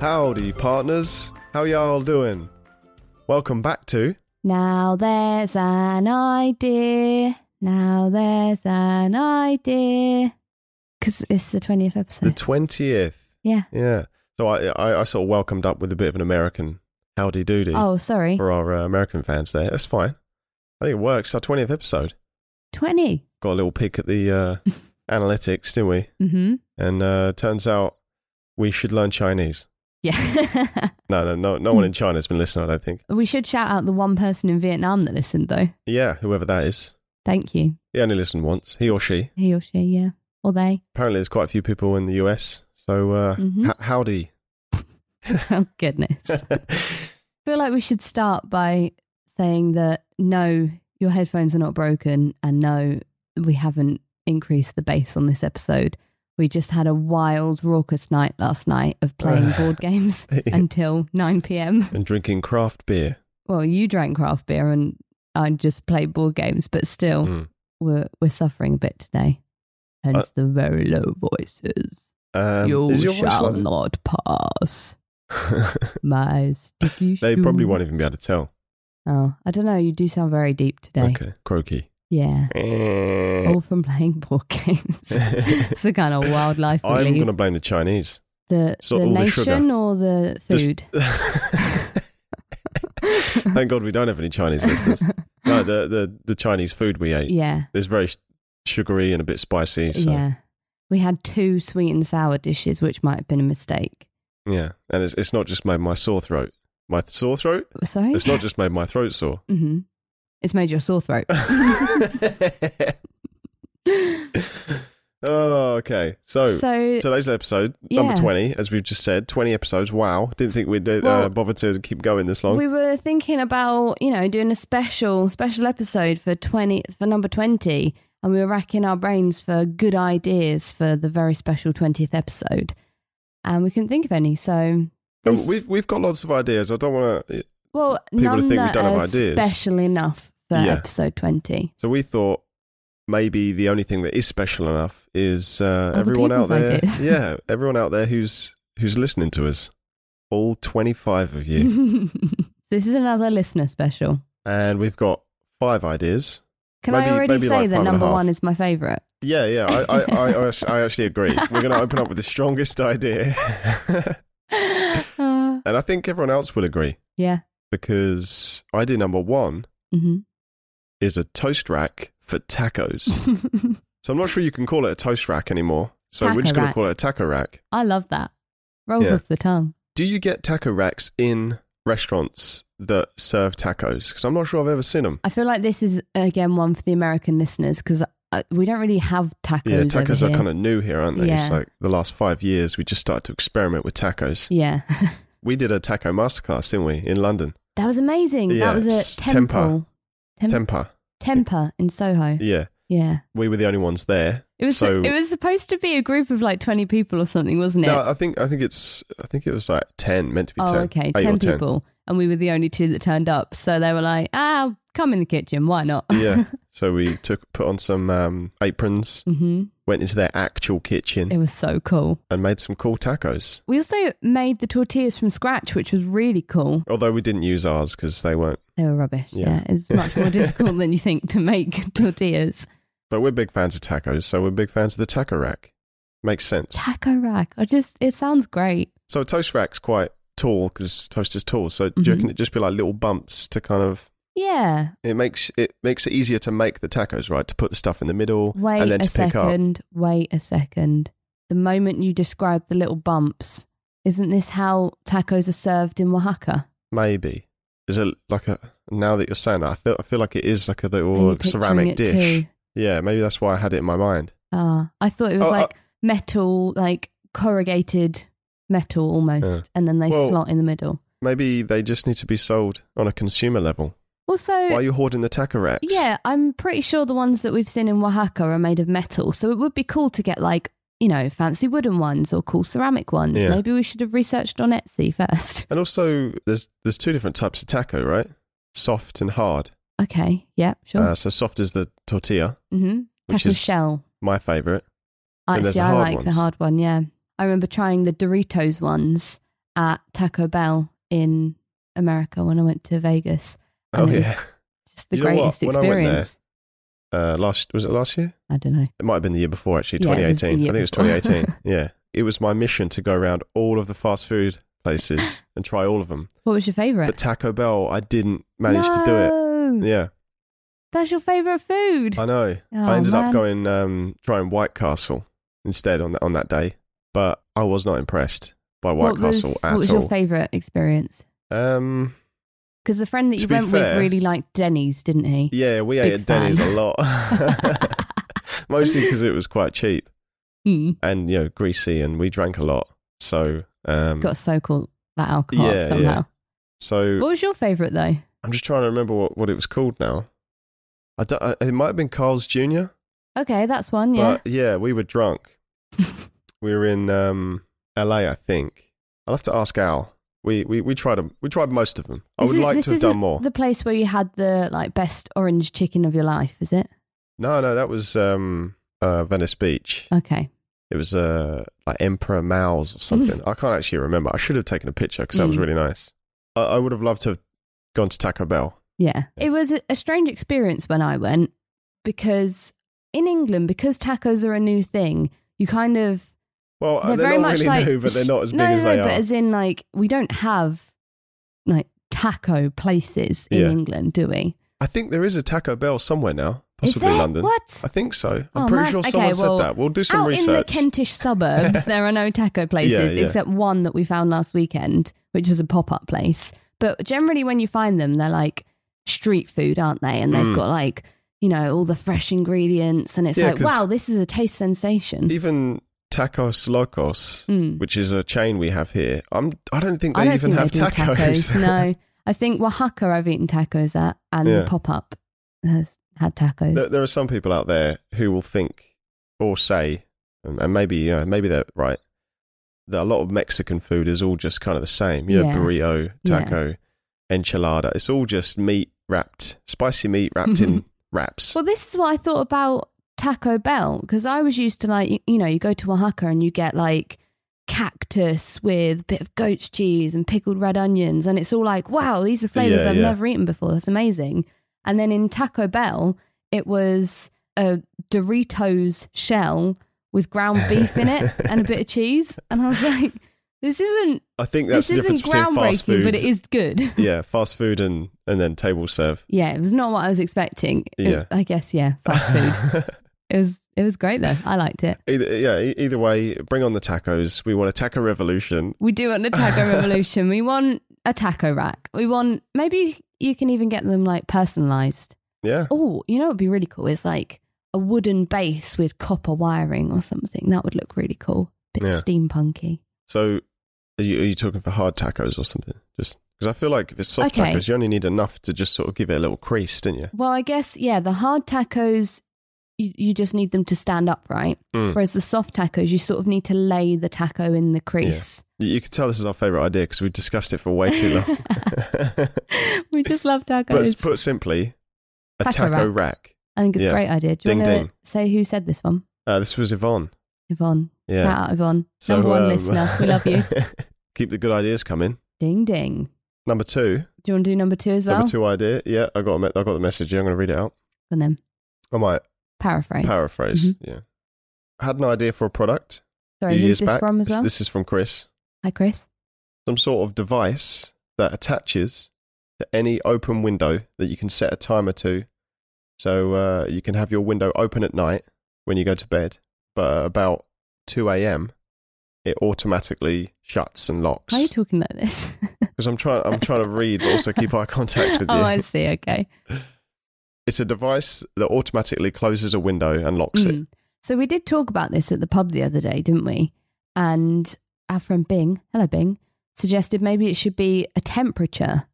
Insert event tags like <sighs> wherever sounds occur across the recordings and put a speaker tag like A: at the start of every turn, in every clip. A: Howdy, partners. How y'all doing? Welcome back to
B: Now there's an idea. Now there's an idea. Because it's the 20th episode. <laughs>
A: the 20th.
B: yeah.
A: Yeah. So I, I, I sort of welcomed up with a bit of an American howdy doody
B: Oh, sorry.
A: for our uh, American fans there. That's fine. I think it works. Our 20th episode.
B: 20.
A: Got a little peek at the uh, analytics, didn't we?
B: Mm-hmm.
A: And uh, turns out we should learn Chinese.
B: Yeah. <laughs>
A: No, no, no, no one in China has been listening, I don't think.
B: we should shout out the one person in Vietnam that listened, though.
A: Yeah, whoever that is.
B: Thank you.
A: He only listened once, he or she.
B: He or she, yeah. Or they.
A: apparently there's quite a few people in the US. So uh,
B: Mhm.
A: h- howdy.
B: <laughs> Oh, goodness. feel like we should start by saying that no, your headphones are not broken, and no, we haven't increased the bass on this episode. We just had a wild, raucous night last night of
A: <sighs>
B: playing board games until 9 pm.
A: <laughs> and drinking craft beer.
B: Well, you drank craft beer and I just played board games, but still,
A: Mm.
B: we're, we're suffering a bit today. Hence the very low voices.
A: Uh, Um,
B: you
A: is your voice
B: shall
A: like-
B: not pass my
A: <laughs>
B: sticky
A: they probably
B: shoe.
A: won't even be able to tell.
B: Oh, I don't know. You do sound very deep today.
A: Okay, croaky.
B: Yeah.
A: I'm
B: All from playing
A: <laughs>
B: board games. it's a kind of wildlife we lead.
A: going to blame the Chinese.
B: The,
A: so
B: the
A: all the sugar.
B: nation or the
A: Just-
B: food?
A: <laughs> Thank God we don't have any Chinese
B: <laughs>
A: listeners. No, the, the, the Chinese food we ate
B: yeah.
A: is very s- sugary and a bit spicy. So, yeah.
B: Yeah. We had two sweet and sour dishes, which might have been a mistake.
A: And it's, it's not just made my sore throat. My sore throat?
B: Sorry?
A: It's not just made my throat sore.
B: <laughs>
A: <laughs>
B: hmm It's made your sore throat.
A: oh, okay. So,
B: so,
A: today's episode,
B: Yeah.
A: number 20, as we've just said, 20 episodes. Wow. Didn't think we'd uh,
B: Well-
A: bother to keep going this long.
B: we were thinking about, you know, doing a special, special episode for 20, for number 20. And we were racking our brains for good ideas for the very special 20th episode. And we couldn't think of any. So,
A: And
B: this-
A: we've, we've got lots of ideas. I don't want to.
B: Well,
A: People
B: none
A: think we
B: that
A: don't
B: are
A: have ideas.
B: special enough for
A: Yeah.
B: episode 20.
A: So, we thought maybe the only thing that is special enough is uh,
B: Other
A: everyone out
B: people's
A: there. <laughs>
B: ideas.
A: Yeah, everyone out there who's who's listening to us. All 25 of
B: <laughs>
A: you.
B: so this is another listener special.
A: and we've got five ideas.
B: Can
A: Maybe-
B: I already
A: maybe
B: say
A: like five
B: that
A: and a
B: number
A: half.
B: one is
A: <laughs>
B: my favourite?
A: Yeah, yeah, I, I, I, I, I actually agree. We're going to open up with the strongest idea. <laughs>
B: Uh,
A: and I think everyone else will agree
B: <laughs> yeah. mm-hmm.
A: because idea number one is a toast rack for tacos.
B: hmm
A: so I'm not sure you can call it a toast rack anymore. So
B: Taco
A: we're just going to
B: rack.
A: call it a taco rack.
B: <laughs> I love that. Rolls
A: Yeah.
B: off the tongue.
A: Do you get taco racks in restaurants that serve tacos? Because I'm not sure I've ever seen them.
B: I feel like this is, again, one for the American listeners because we don't really have tacos.
A: Yeah, tacos
B: over
A: are
B: here.
A: kind of new here, aren't they? It's
B: Yeah.
A: like the last five years we just started to experiment with tacos.
B: Yeah. <laughs>
A: We did a taco masterclass, didn't we, in London?
B: that was amazing.
A: Yeah,
B: that was
A: it's
B: at Temple. Tem-
A: Tempa.
B: Tempa in Soho.
A: Yeah.
B: Yeah.
A: We were the only ones there.
B: It was
A: So-
B: it was supposed to be a group of like twenty people or something, wasn't it?
A: No, I think I think it's I think it was like ten meant to be
B: oh,
A: ten.
B: okay,
A: Eight
B: ten
A: or
B: people, and we were the only two that turned up. So they were like, "Ah, come in the kitchen. Why not?" <laughs>
A: yeah. So we took put on some um, aprons,
B: hmm
A: went into their actual kitchen,
B: It was so cool.
A: and made some cool tacos.
B: We also made the tortillas from scratch, which was really cool.
A: Although we didn't use ours because they weren't.
B: They were rubbish.
A: Yeah.
B: Yeah, it's
A: <laughs>
B: much more difficult than you think to make <laughs> tortillas.
A: But we're big fans of tacos, so we're big fans of the taco rack. Makes sense.
B: Taco rack. I just it sounds great.
A: So a toast rack's quite tall because toast is tall. So do you
B: Mhm.
A: reckon it just be like little bumps to kind of
B: Yeah.
A: it makes it makes it easier to make the tacos, right? To put the stuff in the middle
B: Wait
A: and then
B: a
A: to pick up.
B: second. Wait a second. The moment you described the little bumps, isn't this how tacos are served in Oaxaca?
A: Maybe is it like a now that you're saying that I feel I feel like it is like a
B: Are you
A: little
B: picturing
A: ceramic
B: it
A: dish.
B: too?
A: Yeah, maybe that's why I had it in my mind.
B: Ah, I thought it was
A: Oh,
B: like metal, like corrugated metal almost,
A: Yeah.
B: and then they
A: Well-
B: slot in the middle.
A: Maybe they just need to be sold on a consumer level.
B: Also,
A: Why are you hoarding the taco racks?
B: yeah, I'm pretty sure the ones that we've seen in Oaxaca are made of metal, so it would be cool to get like you know fancy wooden ones or cool ceramic ones.
A: Yeah.
B: Maybe we should have researched on Etsy first. <laughs>
A: And also, there's there's two different types of taco, right? Soft and hard.
B: Okay, yeah, sure.
A: Uh, so soft is the tortilla,
B: mm-hmm.
A: which
B: Taco
A: is
B: shell.
A: my favorite.
B: I
A: and
B: see.
A: there's the
B: I
A: hard
B: like the
A: ones.
B: hard one. Yeah, I remember trying the Doritos ones, at Taco Bell in America when I went to Vegas.
A: Oh
B: And it was
A: yeah.
B: Just the
A: You know what?
B: greatest
A: When I went there-
B: experience.
A: Uh, last was it last year?
B: I, don't know.
A: It might have been the year before actually,
B: Yeah, it was
A: 2018.
B: the year
A: I think it was
B: before. <laughs>
A: 2018. yeah. It was my mission to go around all of the fast food
B: <laughs>
A: places and try all of them.
B: What was your favorite?
A: But Taco Bell, I didn't manage to do it.
B: No!
A: Yeah,
B: That's your favorite food.
A: I know.
B: Oh,
A: I ended
B: man.
A: up going um, trying White Castle instead on that on that day, but I was not impressed by White
B: what
A: Castle
B: was,
A: at
B: What was
A: all.
B: your favorite experience?
A: um,
B: Because the friend that
A: To
B: you
A: be
B: went
A: fair-
B: with really liked Denny's, didn't he?
A: yeah, we ate
B: Big
A: at Denny's
B: fan.
A: a
B: <laughs>
A: lot, <laughs> mostly because it was quite cheap
B: Mm.
A: and you know greasy, and we drank a lot. So, um,
B: Got to soak all that alcohol
A: Yeah,
B: up
A: yeah.
B: somehow.
A: so
B: What was your favorite though?
A: I'm just trying to remember what, what it was called now. I don't, I- it might have been Carl's Jr.
B: Okay, that's one. Yeah.
A: But yeah, we were drunk.
B: <laughs>
A: we were in um, LA, I think. I'll have to ask Al. We we, we tried 'em- We tried most of them. I
B: Is
A: would
B: it-
A: like
B: this
A: to have
B: isn't
A: done more.
B: The place where you had the like best orange chicken of your life, is it?
A: No, no, that was um, uh, Venice Beach.
B: Okay.
A: It was uh, like Emperor Mao's or something. I can't actually remember. I should have taken a picture because that was
B: Mm.
A: really nice. I, I would have loved to have gone to Taco Bell.
B: Yeah.
A: Yeah.
B: It was a- a strange experience when I went because in England, because tacos are a new thing, you kind of
A: Well, uh,
B: they're,
A: they're
B: very
A: not
B: much
A: really
B: like
A: new, but they're not as big
B: no,
A: as
B: no,
A: they
B: no,
A: are.
B: But as in, like, we don't have like taco places in
A: Yeah.
B: England, do we?
A: I think there is a Taco Bell somewhere now,
B: Is
A: possibly
B: there?
A: London.
B: What?
A: I think so. I'm
B: Oh,
A: pretty
B: man.
A: sure
B: Okay,
A: someone
B: well,
A: said that. We'll do some
B: Out
A: research.
B: in the Kentish suburbs, there
A: <laughs>
B: are no taco places
A: yeah.
B: except one that we found last weekend, which is a pop up place. But generally, when you find them, they're like street food, aren't they? And they've
A: Mm.
B: got like, you know, all the fresh ingredients. And it's
A: Yeah,
B: like,
A: 'cause-
B: wow, this is a taste sensation.
A: even Tacos Locos,
B: Mm.
A: which is a chain we have here, I'm I don't think they
B: I don't
A: even
B: think
A: have
B: they do
A: tacos. <laughs>
B: no, I think Oaxaca I've eaten tacos at, and
A: Yeah.
B: the pop up has had tacos.
A: there, there are some people out there who will think or say, and, and maybe uh, maybe they're right, that a lot of Mexican food is all just kind of the same. You know,
B: Yeah.
A: burrito,
B: Yeah.
A: taco, enchilada. It's all just meat wrapped, spicy meat wrapped
B: <laughs>
A: in wraps.
B: Well, this is what I thought about Taco Bell because I was used to like you, you know you go to Oaxaca and you get like cactus with a bit of goat's cheese and pickled red onions and it's all like wow these are flavors
A: Yeah,
B: I've
A: yeah.
B: never eaten before that's amazing. And then in Taco Bell it was a Doritos shell with ground beef in it and a bit of cheese and I was <laughs> like this isn't
A: I think that's
B: this
A: the difference
B: isn't
A: between fast
B: groundbreaking
A: food.
B: but it is good.
A: <laughs> yeah, fast food and, and then table serve.
B: Yeah, it was not what I was expecting. It-
A: Yeah.
B: I guess yeah, fast
A: <laughs>
B: food. It was it was great though. I liked it.
A: Either, yeah, e- either way, bring on the tacos. We want a taco revolution.
B: We do want
A: <laughs>
B: a taco revolution. We want a taco rack. We want maybe you can even get them like personalized.
A: Yeah.
B: Oh, you know what'd be really cool is like a wooden base with copper wiring or something. That would look really cool. Bit
A: Yeah.
B: steampunky.
A: So, are you, are you talking for hard tacos or something? Just because I feel like if it's soft
B: Okay.
A: tacos, you only need enough to just sort of give it a little crease, didn't you?
B: Well, I guess yeah, the hard tacos you, you just need them to stand up, right?
A: Mm.
B: Whereas the soft tacos, you sort of need to lay the taco in the crease.
A: You, you can tell this is our favorite idea because we discussed it for way too
B: <laughs>
A: long. <laughs>
B: we just love tacos.
A: but s- put simply, a
B: Taco
A: taco,
B: rack.
A: rack.
B: I think it's
A: yeah.
B: a great idea. Do you
A: Ding,
B: want
A: ding.
B: to say who said this one?
A: Uh, this was Yvonne.
B: Yvonne.
A: Yeah.
B: Shout out, Yvonne.
A: So,
B: Number one
A: um,
B: listener. We
A: <laughs>
B: love you.
A: Keep the good ideas coming.
B: Ding ding.
A: Number two,
B: Do you want to do number two as well?
A: number two idea. Yeah, I got a me- I got the message. here. I'm going to read it out.
B: And then
A: I might
B: paraphrase.
A: paraphrase. Yeah. had an idea for a product.
B: Mm-hmm. Sorry,
A: few
B: who's
A: years
B: this
A: back.
B: from as
A: This-
B: well?
A: This is from Chris.
B: Hi, Chris.
A: Some sort of device that attaches to any open window that you can set a timer to. So uh, you can have your window open at night when you go to bed, but about 2 a.m. it automatically shuts and locks.
B: Why are you talking like
A: <laughs>
B: this?
A: Because I'm trying, I'm trying to read, but also
B: <laughs>
A: keep eye contact with you.
B: oh, I see. Okay.
A: It's a device that automatically closes a window and locks it.
B: Mm. So we did talk about this at the pub the other day, didn't we? And our friend Bing, hello Bing, suggested maybe it should be a temperature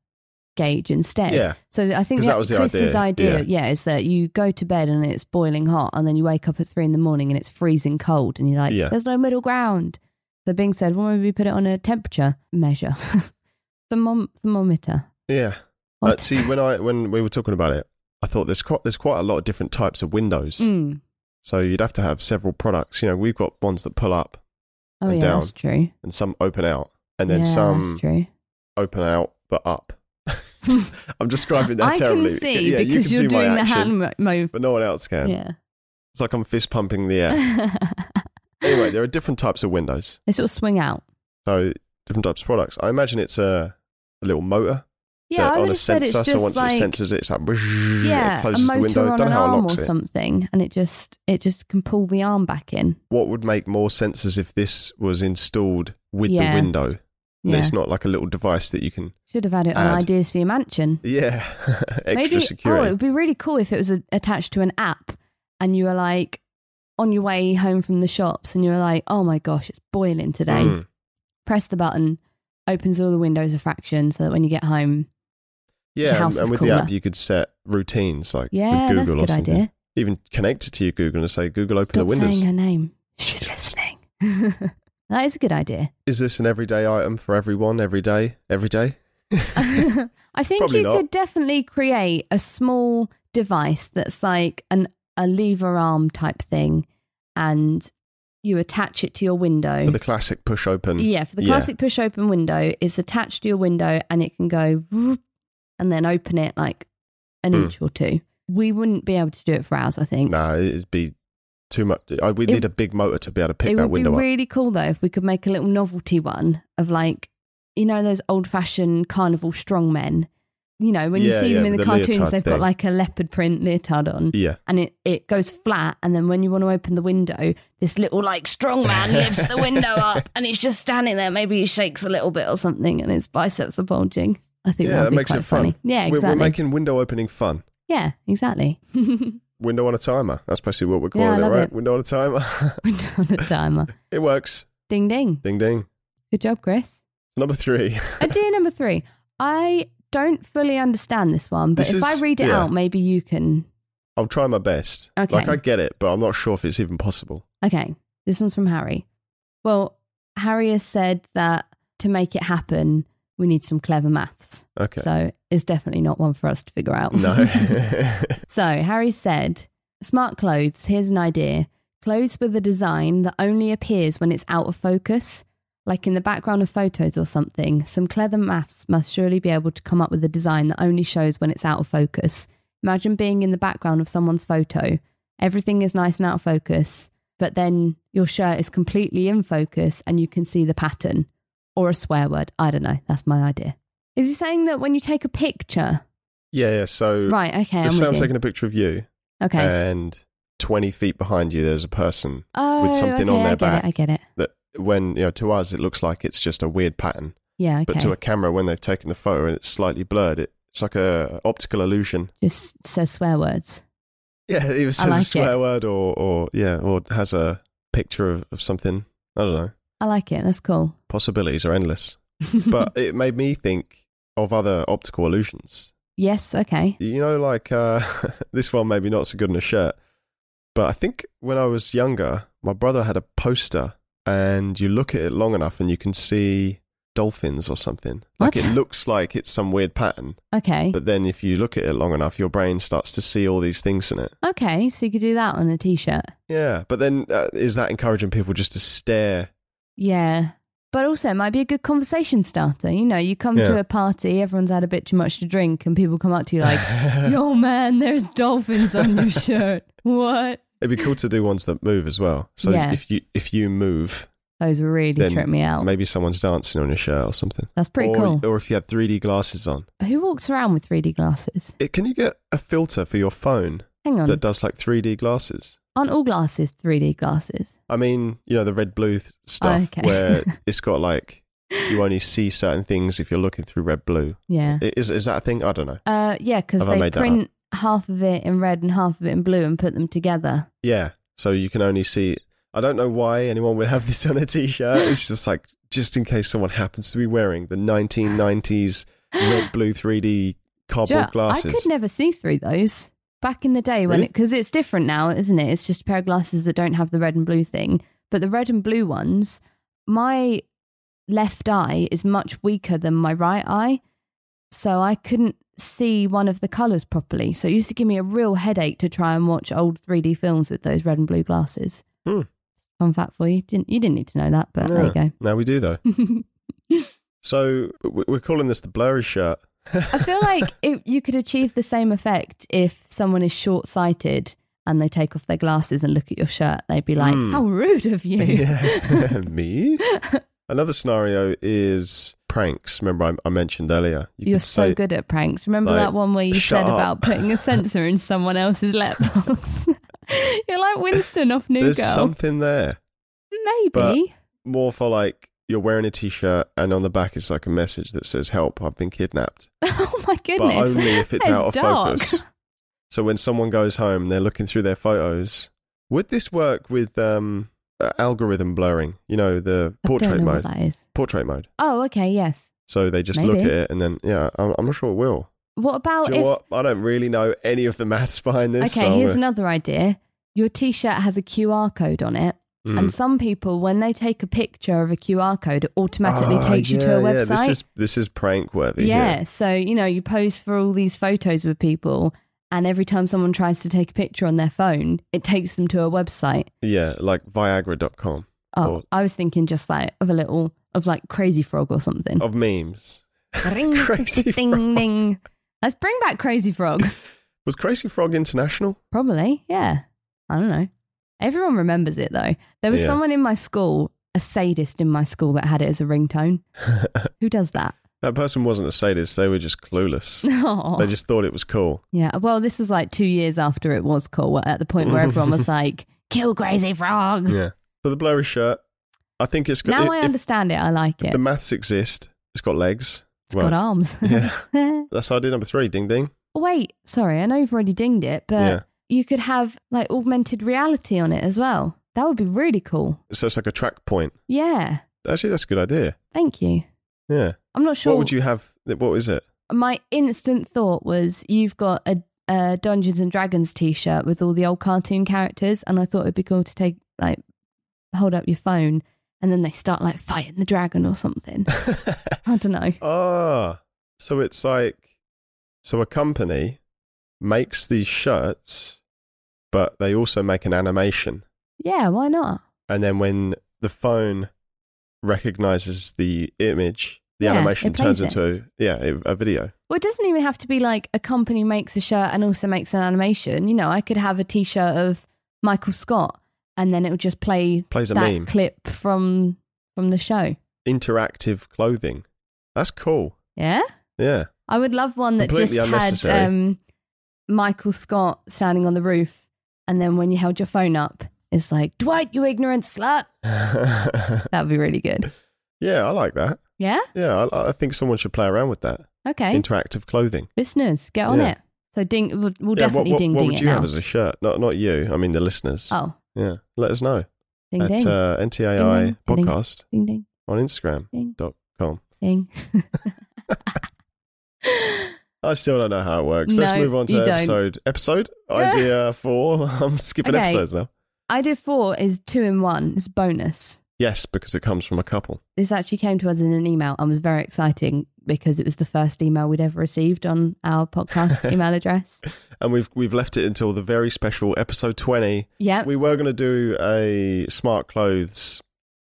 B: gauge instead.
A: Yeah.
B: So I think
A: 'Cause
B: that,
A: that was the
B: Chris's
A: idea,
B: idea, yeah. is that you go to bed and it's boiling hot, and then you wake up at three in the morning and it's freezing cold, and you're like,
A: Yeah.
B: "There's no middle ground." So Bing said, "Well, maybe we put it on a temperature measure, <laughs> Thermom- thermometer."
A: Yeah. Uh,
B: What?
A: see, when I when we were talking about it, I thought there's quite there's quite a lot of different types of windows.
B: Mm.
A: So you'd have to have several products. You know, we've got ones that pull up
B: Oh
A: And
B: yeah,
A: down.
B: that's true.
A: and some open out. and then
B: yeah,
A: some
B: That's true.
A: open out but
B: <laughs>
A: up. I'm describing that
B: I
A: terribly.
B: can see
A: yeah, you
B: because
A: can
B: you
A: see
B: are doing
A: my
B: the
A: action,
B: hand mo- move.
A: but no one else can.
B: Yeah.
A: It's like I'm fist pumping the
B: <laughs>
A: air. anyway, there are different types of windows.
B: they sort of swing out.
A: So different types of products. I imagine it's a, a little motor
B: Yeah,
A: that
B: I
A: on
B: would
A: a
B: have said
A: sensor.
B: it's
A: so
B: just
A: once
B: like
A: it senses it, it's like
B: yeah,
A: it closes
B: a motor
A: the window.
B: on
A: Don't
B: an
A: know how it
B: arm or
A: locks it.
B: something, and it just it just can pull the arm back in.
A: What would make more sense is if this was installed with
B: Yeah.
A: the window. And
B: Yeah,
A: It's not like a little device that you can.
B: should have had it on
A: add.
B: ideas for your mansion.
A: Yeah, <laughs> extra
B: Maybe oh, it
A: security.
B: would be really cool if it was a, attached to an app, and you were like on your way home from the shops, and you were like, oh my gosh, it's boiling today.
A: Mm.
B: Press the button, opens all the windows a fraction, so that when you get home,
A: Yeah, and,
B: house
A: and
B: is
A: with the app,
B: cooler.
A: you could set routines like
B: yeah,
A: with
B: that's a
A: Google
B: good
A: or something.
B: idea.
A: Even connect it to your Google and say, Google, open
B: Stop
A: the windows.
B: saying her name. She's listening. <laughs> that is a good idea.
A: Is this an everyday item for everyone, every day, every day?
B: <laughs> I think
A: Probably
B: you
A: not.
B: could definitely create a small device that's like an a lever arm type thing, and you attach it to your window.
A: For the classic push open.
B: yeah, for the
A: yeah.
B: classic push open window, it's attached to your window and it can go vroom, and then open it like an
A: Hmm.
B: inch or two. We wouldn't be able to do it for hours, I think.
A: Nah, it'd be too much. I, we'd
B: It-
A: need a big motor to be able to pick
B: it
A: that
B: would be
A: window up.
B: really cool though if we could make a little novelty one of like you know those old fashioned carnival strongmen you know when you
A: Yeah,
B: see them
A: yeah,
B: in the,
A: the
B: cartoons
A: leotard
B: they've got
A: thing.
B: like a leopard print leotard on
A: Yeah.
B: and it, it goes flat and then when you want to open the window this little like
A: <laughs>
B: strong man lifts the window up and it's just standing there maybe he shakes a little bit or something and his biceps are bulging i think
A: Yeah,
B: that would
A: that
B: be
A: makes
B: quite
A: it fun.
B: funny yeah
A: We're, we're
B: exactly
A: making window opening fun.
B: yeah exactly <laughs> window
A: Window on a timer. That's basically what we're
B: Yeah, I
A: calling it,
B: love
A: right?
B: it.
A: Window on a timer. <laughs>
B: on a timer
A: it works.
B: ding ding
A: Ding ding.
B: good job chris
A: Number three.
B: Idea number three. I don't fully understand this one, but
A: This
B: if
A: is-
B: I read it
A: yeah.
B: out, maybe you can.
A: I'll try my best.
B: Okay.
A: Like I get it, but I'm not sure if it's even possible.
B: Okay, this one's from Harry. Well, Harry has said that to make it happen, we need some clever maths.
A: Okay.
B: So it's definitely not one for us to figure out.
A: <laughs>
B: <laughs>
A: No.
B: so Harry said, Smart clothes, here's an idea. Clothes with a design that only appears when it's out of focus, like in the background of photos or something. Some clever maths must surely be able to come up with a design that only shows when it's out of focus. Imagine being in the background of someone's photo. Everything is nice and out of focus, but then your shirt is completely in focus and you can see the pattern or a swear word. I don't know. That's my idea. Is he saying that when you take a picture?
A: yeah, yeah. So
B: Right, okay. I'm
A: just say I'm
B: with you.
A: taking a picture of you
B: Okay.
A: and 20 feet behind you, there's a person
B: oh,
A: something
B: okay,
A: on
B: I
A: their
B: get
A: back.
B: It, I get it.
A: that when, you know, to us, it looks like it's just a weird pattern.
B: Yeah, okay.
A: But to a camera, when they've taken the photo and it's slightly blurred, it, it's like a optical illusion. <laughs>
B: Just says swear words.
A: Yeah, it either says
B: like
A: a
B: it.
A: swear word or, or, yeah, or has a picture of, of something. I don't know.
B: I like it. That's cool. <laughs>
A: Possibilities are endless.
B: Mm-hmm.
A: But it made me think of other optical illusions.
B: yes, okay.
A: You know, like uh, <laughs> this one maybe not so good in a shirt, but I think when I was younger, my brother had a poster, and you look at it long enough, and you can see dolphins or something. Like
B: What? <laughs>
A: it looks like it's some weird pattern,
B: Okay.
A: but then if you look at it long enough, your brain starts to see all these things in it.
B: okay, so you could do that on a t shirt.
A: Yeah, but then uh, is that encouraging people just to stare?
B: Yeah. But also, it might be a good conversation starter. You know, you come to
A: Yeah.
B: a party, everyone's had a bit too much to drink, and people come up to you like,
A: <laughs>
B: yo, man, there's dolphins on your shirt. What?
A: It'd be cool to do ones that move as well. So
B: Yeah.
A: if you if you move,
B: Those really
A: Then
B: trip me out.
A: maybe someone's dancing on your shirt or something.
B: That's pretty
A: or,
B: cool.
A: Or if you had 3D glasses on.
B: Who walks around with 3D glasses?
A: It, can you get a filter for your phone
B: Hang on.
A: that does like 3D glasses?
B: Aren't all glasses 3D glasses?
A: I mean, you know, the red blue th- stuff
B: okay. <laughs>
A: where it's got like you only see certain things if you're looking through red blue.
B: Yeah.
A: I- Is, is that a thing? I don't know.
B: Uh, yeah, because
A: Have I
B: they
A: made that up?
B: print half of it in red and half of it in blue and put them together.
A: Yeah. So you can only see. I don't know why anyone would have this on a t shirt. It's just like, just in case someone happens to be wearing the 1990s
B: <laughs>
A: red blue 3D
B: Do you
A: cardboard
B: know, I
A: glasses.
B: could never see through those back in the day when
A: Really?
B: it because it's different now, isn't it? It's just a pair of glasses that don't have the red and blue thing. But the red and blue ones, my left eye is much weaker than my right eye, so I couldn't see one of the colors properly. So it used to give me a real headache to try and watch old 3D films with those red and blue glasses.
A: Hmm.
B: Fun fact for you didn't you didn't need to know that, but there you go.
A: Now we do, though.
B: <laughs>
A: So we- we're calling this the blurry shirt.
B: I feel like it, you could achieve the same effect if someone is short sighted and they take off their glasses and look at your shirt. They'd be like,
A: Mm.
B: how rude of <laughs>
A: <laughs>
B: you.
A: Yeah. Me? Another scenario is pranks. Remember, I, I mentioned earlier. You
B: You're
A: could
B: so
A: say-
B: good at pranks. Remember
A: like,
B: that one where you
A: "Shut
B: said
A: up."
B: about putting a sensor in someone else's letterbox? <laughs> You're like Winston off New
A: There's
B: Girl.
A: something there.
B: Maybe.
A: but- More for like you're wearing a t-shirt and on the back it's like a message that says "Help! I've been kidnapped,"
B: <laughs> oh my
A: but
B: goodness.
A: only if it's
B: That is
A: out of
B: dark. <laughs>
A: focus. So when someone goes home, they're looking through their photos. Would this work with um, uh, algorithm blurring? You know, the
B: I
A: portrait
B: don't know
A: mode.
B: what that is.
A: Portrait mode.
B: Oh, okay, yes.
A: So they just look
B: Maybe.
A: at it and then yeah, I'm, I'm not sure it will.
B: What about
A: Do you
B: if
A: know what? I don't really know any of the maths behind this.
B: Okay,
A: so
B: here's
A: I'm
B: another idea. Your t-shirt has a QR code on it,
A: gonna-
B: and
A: Mm.
B: some people when they take a picture of a QR code, it automatically
A: Ah,
B: takes you to a
A: yeah, yeah,
B: website.
A: This is this is prank worthy. here.
B: yeah, so you know, you pose for all these photos with people and every time someone tries to take a picture on their phone, it takes them to a website.
A: Yeah, like Viagra.com
B: Oh,
A: Or-
B: I was thinking just like of a little of like Crazy Frog or something.
A: of memes. <laughs>
B: Ring,
A: Oh, Crazy
B: ding,
A: Frog.
B: ding. Let's bring back Crazy Frog. <laughs>
A: Was Crazy Frog international?
B: Probably, yeah. I don't know. Everyone remembers it though. There was
A: Yeah.
B: someone in my school, a sadist in my school that had it as
A: <laughs>
B: a ringtone. Who does that?
A: That person wasn't a sadist. They were just clueless.
B: <laughs> Oh,
A: they just thought it was cool.
B: yeah. Well, this was like two years after it was cool, at the point where
A: <laughs>
B: everyone was like, kill Crazy Frog.
A: Yeah. So the blurry shirt, I think it's got.
B: Now
A: if-
B: I
A: if
B: understand it. I like it.
A: The maths exist. It's got
B: <laughs>
A: legs.
B: It's got arms.
A: yeah. That's idea number three. Ding ding.
B: <laughs> Wait, sorry. I know you've already dinged it, but
A: yeah.
B: you could have like augmented reality on it as well. That would be really cool.
A: So it's like a track point.
B: Yeah.
A: Actually, that's a good idea.
B: Thank you.
A: Yeah.
B: I'm not sure.
A: What would you have? What is it? <laughs>
B: my instant thought was you've got a, a Dungeons and Dragons t-shirt with all the old cartoon characters and I thought it'd be cool to take like hold up your phone and then they start like fighting the dragon or something.
A: <laughs>
B: I don't know.
A: Ah, so it's like, so a company makes these shirts, but they also make an animation,
B: Yeah, why not?
A: and then when the phone recognizes the image, the
B: Yeah,
A: animation
B: it plays
A: turns into yeah a- a video.
B: Well, it doesn't even have to be like a company makes a shirt and also makes an animation. You know, I could have a t-shirt of Michael Scott and then it would just play
A: Plays a
B: that
A: meme.
B: clip from from the show.
A: Interactive clothing. That's cool.
B: Yeah?
A: Yeah. <laughs>
B: I would love one that
A: Completely
B: just
A: unnecessary.
B: had um, Michael Scott standing on the roof, and then when you held your phone up, it's like Dwight, you ignorant slut.
A: yeah,
B: That would be
A: <laughs>
B: really good.
A: I like that.
B: Yeah.
A: Yeah, I, I think someone should play around with that.
B: Okay.
A: Interactive clothing.
B: Listeners, get on
A: Yeah.
B: it. So ding, we'll, we'll
A: yeah, what,
B: definitely
A: what,
B: ding
A: what
B: ding
A: would
B: it
A: you
B: now.
A: have as a shirt? Not not you. I mean the listeners.
B: oh,
A: Yeah, let us know
B: ding
A: at
B: ding,
A: Uh, NTAI
B: Ding, ding, ding, ding.
A: podcast
B: ding ding
A: on Instagram
B: ding
A: dot com.
B: ding.
A: I still don't know how it works. Let's
B: No,
A: move on to
B: you don't.
A: episode
B: <laughs>
A: episode idea four. <laughs> I'm skipping
B: Okay.
A: episodes now.
B: Idea four is two in one. It's bonus.
A: Yes, because it comes from a couple.
B: This actually came to us in an email and was very exciting because it was the first email we'd ever received on our
A: <laughs>
B: podcast email address.
A: And we've we've left it until the very special episode twenty.
B: Yeah.
A: We were gonna do a smart clothes.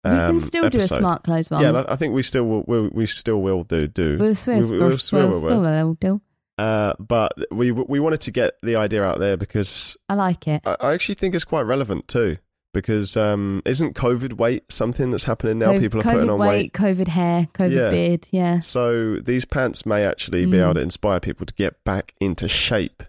B: We can
A: um,
B: still do a
A: episode.
B: smart clothes one.
A: Yeah, and I- I think we still will. We, we still will do do.
B: we'll swim.
A: we-
B: We'll,
A: we'll
B: we'll
A: swim, we will.
B: we'll do.
A: Uh, but we we wanted to get the idea out there because
B: I like it.
A: I I actually think it's quite relevant too, because um, isn't COVID weight something that's happening now?
B: Co-
A: People are
B: COVID
A: putting on weight.
B: COVID hair, COVID
A: Yeah.
B: beard. Yeah.
A: So these pants may actually be
B: Mm.
A: able to inspire people to get back into shape.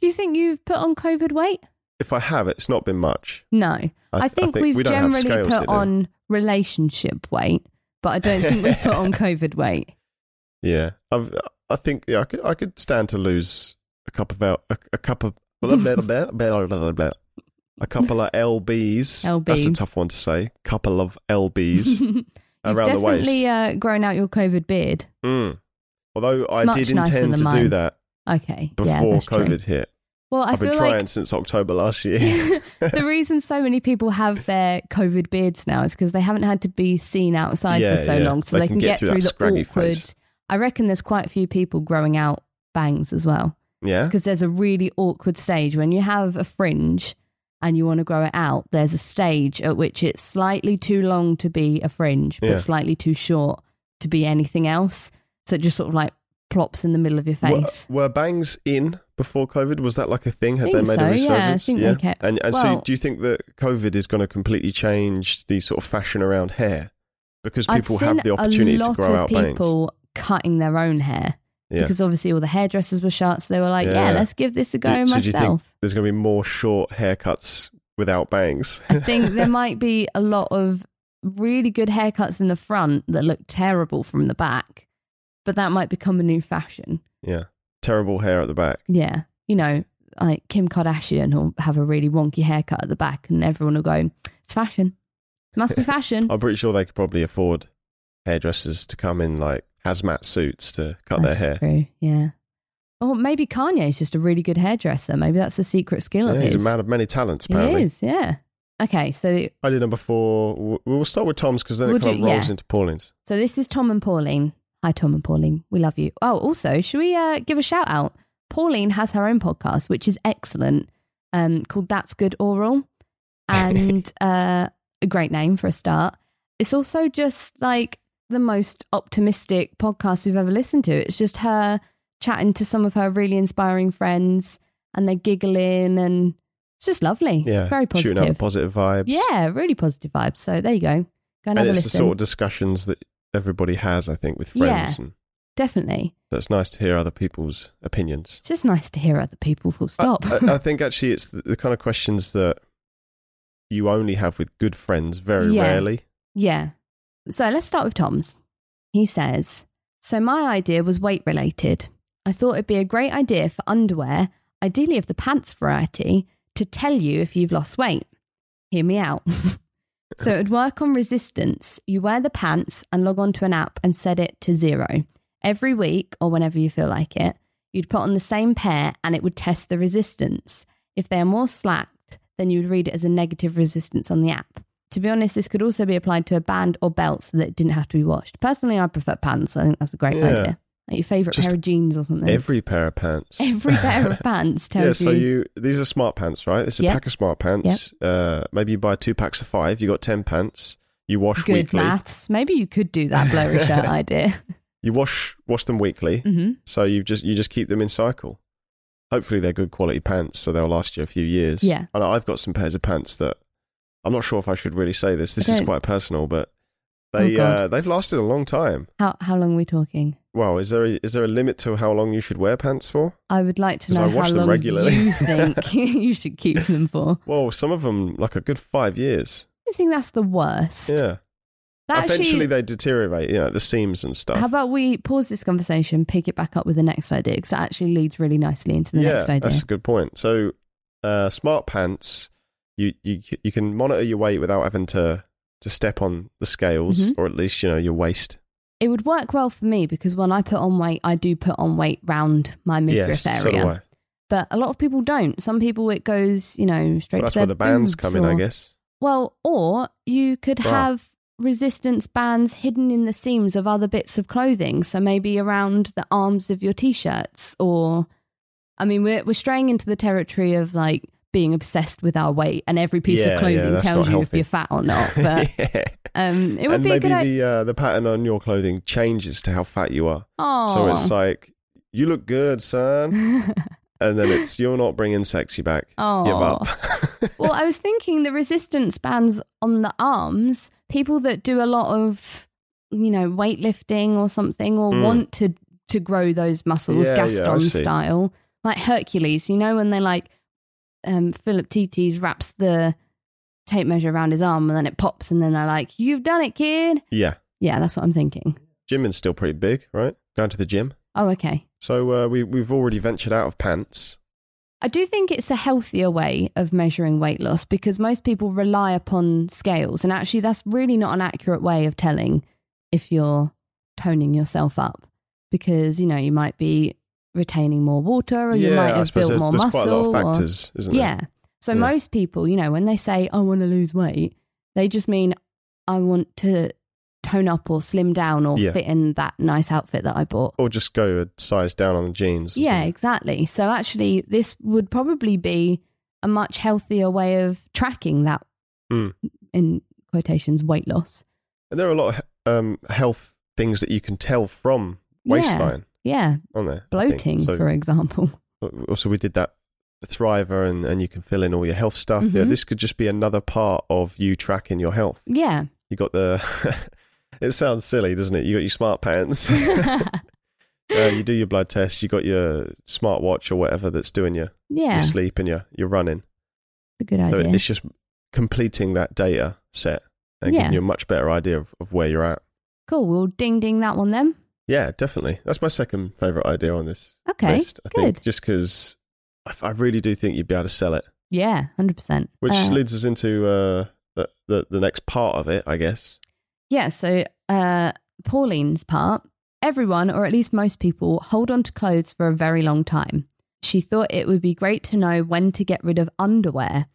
B: Do you think you've put on COVID weight?
A: If I have, it's not been much.
B: No,
A: I,
B: I think we've
A: we don't have
B: generally
A: scales
B: put
A: here, do we?
B: on relationship weight, but I don't think we've put
A: <laughs>
B: on COVID weight.
A: Yeah, I've, I think yeah, I could I could stand to lose a couple of L, a, a couple of <laughs> blah, blah, blah, blah, blah, blah. a couple
B: <laughs>
A: of lbs. That's a
B: LBs.
A: tough one to say. Couple of lbs
B: <laughs> You've
A: around the waist.
B: definitely uh, grown out your COVID beard.
A: Mm. Although I
B: much
A: did
B: nicer
A: intend
B: than
A: to do
B: mine.
A: that
B: Okay. yeah,
A: before
B: that's true.
A: COVID hit.
B: Well, I
A: I've
B: feel
A: been trying
B: like
A: since October last year.
B: <laughs> the reason so many people have their COVID beards now is because they haven't had to be seen outside
A: Yeah,
B: for so
A: yeah.
B: long, so they, can, get,
A: that
B: through,
A: scraggy
B: the awkward.
A: face.
B: I reckon there's quite a few people growing out bangs as well
A: <laughs> yeah.
B: because there's a really awkward stage when you have a fringe and you want to grow it out. There's a stage at which it's slightly too long to be a fringe, but
A: Yeah.
B: slightly too short to be anything else. So it just sort of like plops in the middle of your
A: Were-
B: face.
A: Were, bangs in before COVID? Was that like a thing? Had
B: I think
A: they made
B: so,
A: a
B: yeah, I
A: resurgence?
B: think they kept-
A: And, and
B: well-
A: so, do you think that COVID is going to completely change the sort of fashion around hair because
B: I've
A: people
B: seen
A: have the opportunity
B: a
A: to
B: lot
A: grow
B: of
A: out bangs?
B: people cutting their own hair
A: Yeah.
B: because obviously all the hairdressers were shut, so they were like, "Yeah,
A: Yeah.
B: let's give this a go
A: Do- so do you think <laughs>
B: myself."
A: there's going to be more short haircuts without
B: <laughs>
A: bangs?
B: I think there might be a lot of really good haircuts in the front that look terrible from the back, but that might become a new fashion.
A: yeah, terrible hair at the back.
B: Yeah, you know, like Kim Kardashian will have a really wonky haircut at the back, and everyone will go, "It's fashion."
A: <laughs>
B: Must be fashion.
A: I'm pretty sure they could probably afford hairdressers to come in like hazmat suits to cut
B: That's
A: their hair.
B: True. Yeah. Or maybe Kanye's just a really good hairdresser. Maybe that's the secret skill of
A: Yeah,
B: his.
A: he's a man of many talents,
B: He
A: apparently.
B: is, yeah. Okay, so
A: I did number four. W- We'll start with Tom's because then
B: We'll
A: it kind
B: do-
A: of rolls
B: yeah.
A: into Pauline's.
B: so this is Tom and Pauline. Hi, Tom and Pauline. We love you. Oh, also, should we uh, give a shout out? Pauline has her own podcast, which is excellent, um, called That's Good Oral,
A: <laughs>
B: and uh, a great name for a start. It's also just like the most optimistic podcast we've ever listened to. It's just her chatting to some of her really inspiring friends, and they're giggling, and it's just lovely.
A: Yeah,
B: very
A: Shooting out the
B: positive.
A: positive vibes.
B: Yeah, really positive vibes. So there you go. Go and,
A: and
B: have a
A: it's the
B: listen.
A: sort of discussions that everybody has, I think, with
B: Yeah.
A: friends. And
B: Definitely.
A: so it's nice to hear other people's opinions.
B: It's just nice to hear other people full
A: I-
B: stop. <laughs>
A: I, I think actually it's the, the kind of questions that you only have with good friends very
B: Yeah.
A: rarely.
B: yeah. So let's start with Tom's. He says, So my idea was weight related. I thought it'd be a great idea for underwear, ideally of the pants variety, to tell you if you've lost weight. Hear me out. <laughs> so it would work on resistance. You wear the pants and log onto an app and set it to zero. Every week, or whenever you feel like it, you'd put on the same pair and it would test the resistance. If they are more slacked, then you would read it as a negative resistance on the app. To be honest, this could also be applied to a band or belt so that it didn't have to be washed. Personally, I prefer pants. I think that's a great
A: Yeah.
B: idea. Like your favorite
A: Just
B: pair of jeans or something.
A: Every pair of pants.
B: <laughs> Every pair of pants
A: <laughs> yeah,
B: tells
A: so
B: you.
A: you these are smart pants, right? It's a
B: Yeah.
A: pack of smart pants. Uh, maybe you buy two packs of five. You got ten pants. You wash
B: Good
A: weekly.
B: maths. Maybe you could
A: <laughs>
B: do that blurry shirt idea.
A: You wash wash them weekly.
B: hmm
A: So you just you just keep them in cycle. Hopefully they're good quality pants, so they'll last you a few years.
B: Yeah.
A: And I've got some pairs of pants that I'm not sure if I should really say this. This is
B: don't-
A: quite personal, but
B: Oh,
A: they
B: God.
A: uh, they've lasted a long time.
B: How how long are we talking?
A: Wow, is there a, is there a limit to how long you should wear pants for?
B: I would like to
A: 'Cause
B: know
A: I wash
B: how
A: them
B: long
A: regularly. <laughs>
B: you think <laughs> you should keep them for.
A: Well, some of them like a good five years.
B: I think that's the worst.
A: Yeah.
B: That
A: Eventually
B: actually,
A: they deteriorate, you know, the seams and stuff.
B: how about we pause this conversation, pick it back up with the next idea, because that actually leads really nicely into the
A: yeah,
B: next idea.
A: that's a good point. So, uh, smart pants, you, you you can monitor your weight without having to to step on the scales,
B: Mhm.
A: or at least you know your waist.
B: It would work well for me because when I put on weight, I do put on weight round my midriff
A: yes, so do
B: area.
A: I.
B: But a lot of people don't. Some people it goes, you know, straight
A: But that's
B: to
A: where
B: their
A: the bands
B: boobs
A: come in, I
B: or-
A: guess.
B: Well, or you could
A: Bra.
B: have resistance bands hidden in the seams of other bits of clothing. So maybe around the arms of your t shirts, or I mean, we're, we're straying into the territory of like being obsessed with our weight, and every piece
A: Yeah,
B: of
A: yeah,
B: clothing
A: that's
B: tells
A: not
B: you if
A: healthy.
B: you're fat or not. But
A: <laughs> yeah.
B: um, Uh, it would
A: And
B: be a
A: maybe
B: good idea.
A: the uh, the pattern on your clothing changes to how fat you are.
B: Oh,
A: So it's like you look good, son,
B: <laughs>
A: and then it's you're not bringing sexy back. Give
B: Aw.
A: up. <laughs>
B: well, I was thinking the resistance bands on the arms, people that do a lot of, you know, weightlifting or something or
A: Mm.
B: want to to grow those muscles
A: Yeah, yeah, I
B: Gaston
A: see.
B: style, like Hercules, you know when they like um Philip Titis wraps the tape measure around his arm and then it pops and then they're like, "You've done it, kid."
A: yeah,
B: Yeah, that's what I'm thinking.
A: Jimin's still pretty big, right? Going to the gym.
B: Oh, okay.
A: So uh, we we've already ventured out of pants.
B: I do think it's a healthier way of measuring weight loss because most people rely upon scales. And actually, that's really not an accurate way of telling if you're toning yourself up because, you know, you might be retaining more water or you might have built
A: there-
B: more
A: there's
B: muscle.
A: quite a lot of
B: or-
A: factors, isn't there?
B: yeah. So
A: Yeah.
B: most people, you know, when they say, I want to lose weight, they just mean, I want to tone up or slim down or
A: Yeah.
B: fit in that nice outfit that I bought.
A: Or just go a size down on the jeans. or
B: Yeah,
A: something.
B: exactly. So actually, this would probably be a much healthier way of tracking that,
A: Mm.
B: in quotations, weight loss.
A: And there are a lot of um, health things that you can tell from waistline
B: Yeah.
A: on there. I think.
B: Bloating,
A: So
B: for example. <laughs>
A: also we did that Thriver, and and you can fill in all your health stuff. Yeah,
B: Mhm.
A: this could just be another part of you tracking your health.
B: Yeah.
A: You got the. <laughs> it sounds silly, doesn't it? You got your smart
B: <laughs>
A: pants. <laughs> uh, you do your blood test. You got your smart watch or whatever that's doing your,
B: yeah.
A: your
B: It's
A: sleep and your your running.
B: a good
A: So
B: idea.
A: it's just completing that data set and
B: Yeah.
A: giving you a much better idea of, of where you're at.
B: Cool. We'll ding ding that one then.
A: Yeah, definitely. That's my second favorite idea on this
B: Okay.
A: list. I think
B: good.
A: just because I, I really do think you'd be able to sell it,
B: Yeah. 100%.
A: which
B: Uh,
A: leads us into uh, the, the the next part of it, I guess.
B: Yeah, so uh, Pauline's part, everyone, or at least most people, hold on to clothes for a very long time. She thought it would be great to know when to get rid of underwear.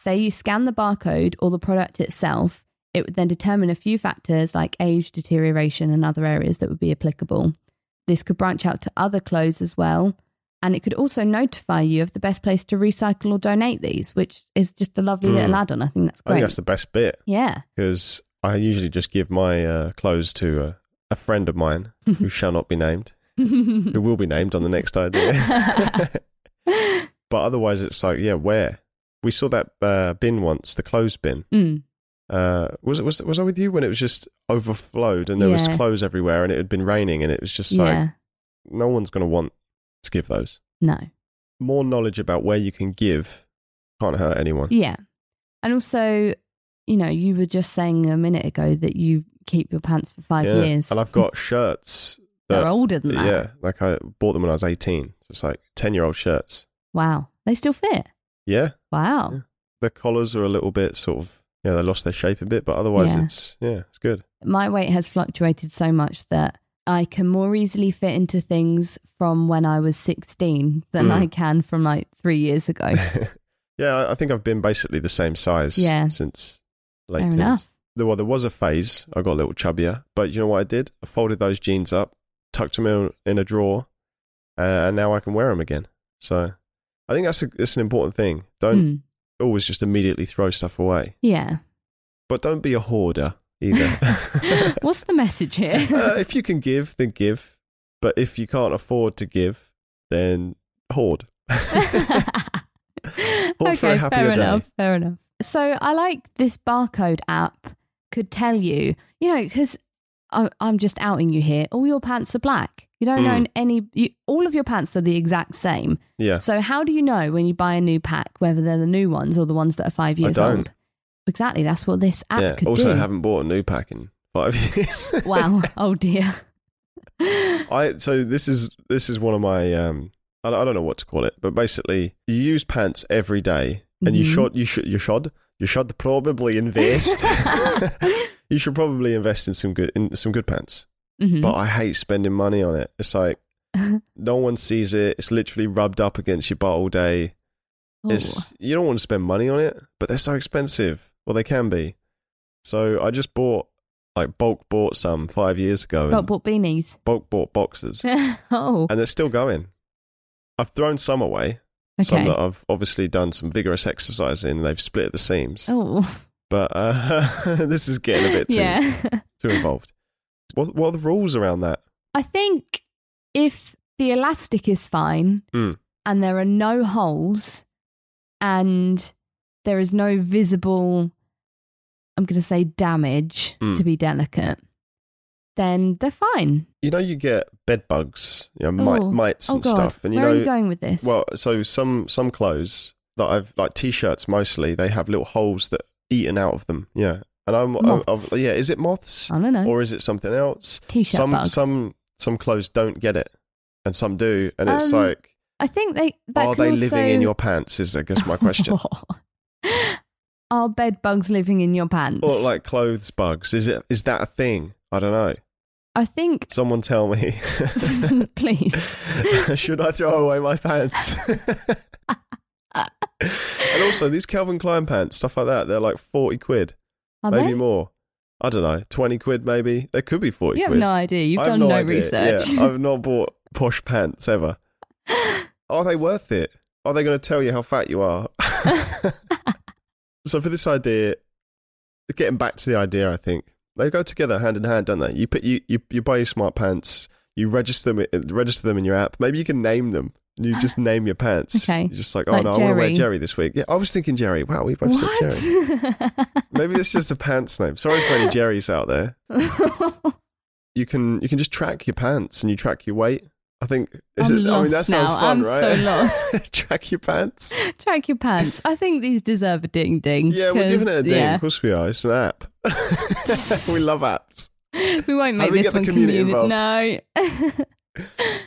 B: Say you scan the barcode or the product itself, it would then determine a few factors like age, deterioration, and other areas that would be applicable. This could branch out to other clothes as well. And it could also notify you of the best place to recycle or donate these, which is just a lovely
A: Mm.
B: little add on. I think that's
A: I think
B: great.
A: that's the best bit
B: yeah.
A: because I usually just give my uh, clothes to a, a friend of
B: <laughs>
A: mine who shall not be named, who will be named on the next
B: <laughs>
A: idea. but otherwise, it's like, yeah, where? We saw that uh, bin once, the clothes bin.
B: <laughs> Mm.
A: uh, was was was I with you when it was just overflowed and there was
B: Yeah.
A: clothes everywhere and it had been raining and it was just like
B: yeah,
A: no one's going to want to give those.
B: no.
A: More knowledge about where you can give can't hurt anyone.
B: Yeah. And also, you know, you were just saying a minute ago that you keep your pants for five
A: Yeah.
B: years.
A: And I've got <laughs> shirts
B: They're
A: that-
B: older than that.
A: yeah, like I bought them when I was 18. So it's like 10-year-old shirts.
B: Wow. They still fit.
A: Yeah,
B: Wow.
A: Yeah. the collars are a little bit sort of yeah, they lost their shape a bit, but otherwise
B: Yeah.
A: it's yeah, it's good.
B: My weight has fluctuated so much that I can more easily fit into things from when I was 16 than
A: Mm.
B: I can from like three years
A: <laughs>
B: ago.
A: Yeah, I- I think I've been basically the same size
B: Yeah.
A: since late
B: Fair
A: teens.
B: enough.
A: there, well, there was a phase I got a little chubbier, but you know what I did? I folded those jeans up, tucked them in, in a drawer, uh, and now I can wear them again. So I think that's a, it's an important thing. Don't
B: Mm.
A: always just immediately throw stuff away, <laughs>
B: Yeah.
A: but don't be a hoarder
B: <laughs>
A: either. <laughs> uh,
B: What's the message here?
A: <laughs> if you can give, then give. But if you can't afford to give, then hoard. All for a happier
B: fair
A: day.
B: enough. Fair enough. So I like this barcode app could tell you, you know, because I'm just outing you here. All your pants are black. You don't
A: Mm.
B: own any. You, all of your pants are the exact same.
A: yeah.
B: So how do you know when you buy a new pack whether they're the new ones or the ones that are five years
A: don't.
B: old? Exactly. That's what this app
A: Yeah.
B: could
A: Also,
B: do.
A: I <laughs> haven't bought a new pack in five <laughs> years.
B: <laughs> wow. Oh dear.
A: I so this is this is one of my um I don't I don't know what to call it, but basically you use pants every day and you
B: Mhm.
A: shod you should you shod you should probably
B: <laughs>
A: invest. <laughs> you should probably invest in some good in some good pants.
B: Mhm.
A: But I hate spending money on it. It's
B: <laughs>
A: like no one sees it. It's literally rubbed up against your butt all day.
B: Oh.
A: It's you don't want to spend money on it, but they're so expensive. Well, they can be. So I just bought like bulk bought some five years ago.
B: Oh,
A: and
B: but bought beanies. <laughs>
A: bulk bought boxes
B: oh.
A: and they're still going. I've thrown some away, some
B: Okay.
A: that I've obviously done some vigorous exercise in. They've split the seams,
B: Oh.
A: but uh, <laughs> this is getting a bit
B: <laughs>
A: too,
B: yeah.
A: too involved. What, what are the rules around that?
B: I think if the elastic is fine
A: Mm.
B: and there are no holes and there is no visible, I'm going to say damage
A: Mm.
B: to be delicate, then they're fine.
A: You know, you get bed bugs, you know, mite,
B: Oh.
A: mites
B: Oh
A: and
B: God,
A: stuff, and you
B: where
A: know,
B: are you going with this?
A: well, so some some clothes that I've like t-shirts mostly, they have little holes that eaten out of them. Yeah, and I'm, I'm, I'm
B: Moths.
A: yeah, is it moths
B: I don't know.
A: or is it something else?
B: T-shirt
A: some
B: bug.
A: some some clothes don't get it, and some do, and it's
B: Um,
A: like,
B: I think they. That
A: are
B: can
A: they living in
B: also- <laughs>
A: your pants? Is I guess my question.
B: are bed bugs living in your pants?
A: or like clothes bugs? Is it is that a thing? I don't know.
B: I think. <laughs>
A: Someone tell me. <laughs>
B: please.
A: Should I throw away my pants? <laughs> and also these Calvin Klein pants, stuff like that. They're like forty quid,
B: Are
A: maybe
B: they?
A: more. I don't know, twenty quid maybe. They could be forty
B: You have
A: quid.
B: no idea. You've
A: I have
B: done no,
A: idea.
B: research.
A: Yeah, <laughs> I've not bought posh pants
B: <laughs>
A: ever. Are they worth it? Are they going to tell you how fat you are? <laughs> so for this idea, getting back to the idea, I think They go together hand in hand, don't they? You put you you, you buy your smart pants. You register them uh, register them in your app. Maybe you can name them. You just name your pants.
B: <laughs> Okay.
A: You're just like, oh
B: Like
A: no, I want to wear
B: Jerry.
A: Jerry this week. Yeah, I was thinking Jerry. Wow, we both said Jerry.
B: What?
A: Maybe it's just a pants name. Sorry for any Jerrys out there. You can you can just track your pants and you track your weight. I think is
B: I'm
A: it I mean
B: lost
A: that sounds
B: now.
A: fun,
B: I'm
A: right?
B: so
A: <laughs>
B: lost.
A: track your pants.
B: <laughs> Track your pants. I think these deserve a ding ding.
A: Yeah, we're giving it a
B: 'cause-
A: ding.
B: yeah.
A: Of course we are. It's an app. <laughs> we love apps.
B: <laughs> We won't
A: How
B: make
A: do <laughs> we
B: this
A: get the
B: one
A: community
B: community. No. <laughs>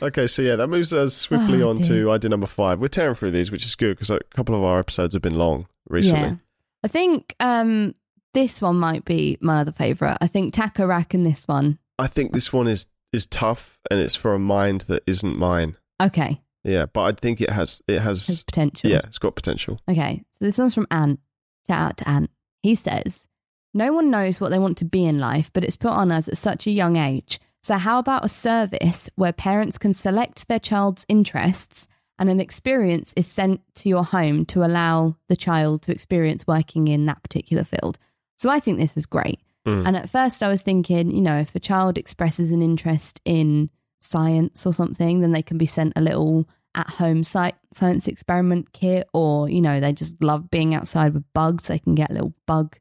A: Okay, so yeah, that moves us swiftly
B: Oh,
A: on
B: dear.
A: to idea number five. We're tearing through these, which is good because a couple of our episodes have been long recently.
B: Yeah. I think um, this one might be my other favourite. I think Taco Rack and this one.
A: I think this one is is tough, and it's for a mind that isn't mine.
B: Okay.
A: Yeah, but I think it has it has,
B: Has potential.
A: yeah, it's got potential. <laughs>
B: Okay. So this one's from Ant. Shout out to Ant. He says, No one knows what they want to be in life, but it's put on us at such a young age. So, how about a service where parents can select their child's interests and an experience is sent to your home to allow the child to experience working in that particular field? So, I think this is great.
A: Mm.
B: And at first, I was thinking, you know, if a child expresses an interest in science or something, then they can be sent a little at home site science experiment kit, or, you know, they just love being outside with bugs. They can get a little bug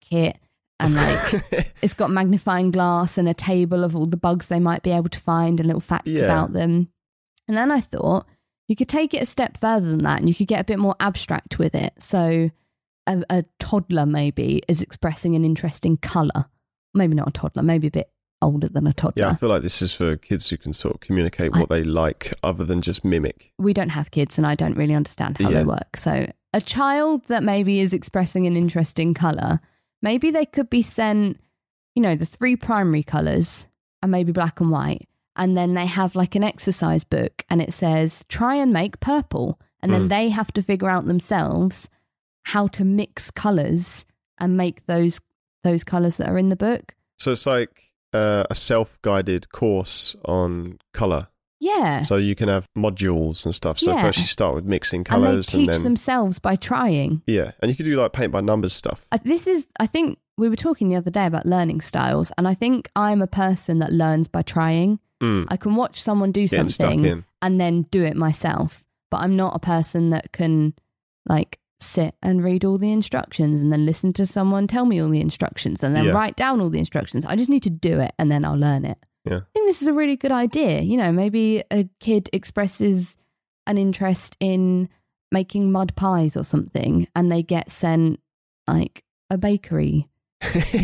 B: kit and like it's got magnifying glass and a table of all the bugs they might be able to find and little facts
A: Yeah.
B: about them. And then I thought you could take it a step further than that and you could get a bit more abstract with it. So a, a toddler maybe is expressing an interest in colour. Maybe not a toddler, maybe a bit older than a toddler.
A: yeah, I feel like this is for kids who can sort of communicate
B: I-
A: what they like other than just mimic.
B: we don't have kids and I don't really understand how
A: Yeah.
B: they work. So, a child that maybe is expressing an interest in color, maybe they could be sent, you know, the three primary colors and maybe black and white. And then they have like an exercise book and it says, try and make purple. And then
A: Mm.
B: they have to figure out themselves how to mix colors and make those those colors that are in the book.
A: So it's like uh, a self-guided course on color.
B: Yeah.
A: So you can have modules and stuff. So
B: Yeah.
A: first you start with mixing
B: and they
A: colors,
B: teach
A: then
B: themselves by trying.
A: yeah, and you can do like paint by numbers stuff.
B: I, this is i think we were talking the other day about learning styles and i think i'm a person that learns by trying
A: Mm,
B: i can watch someone do
A: getting stuck
B: something
A: in.
B: and then do it myself but i'm not a person that can like sit and read all the instructions and then listen to someone tell me all the instructions and then
A: Yeah.
B: write down all the instructions i just need to do it and then i'll learn it
A: Yeah.
B: i think this is a really good idea you know maybe a kid expresses an interest in making mud pies or something and they get sent like a
A: <laughs>
B: bakery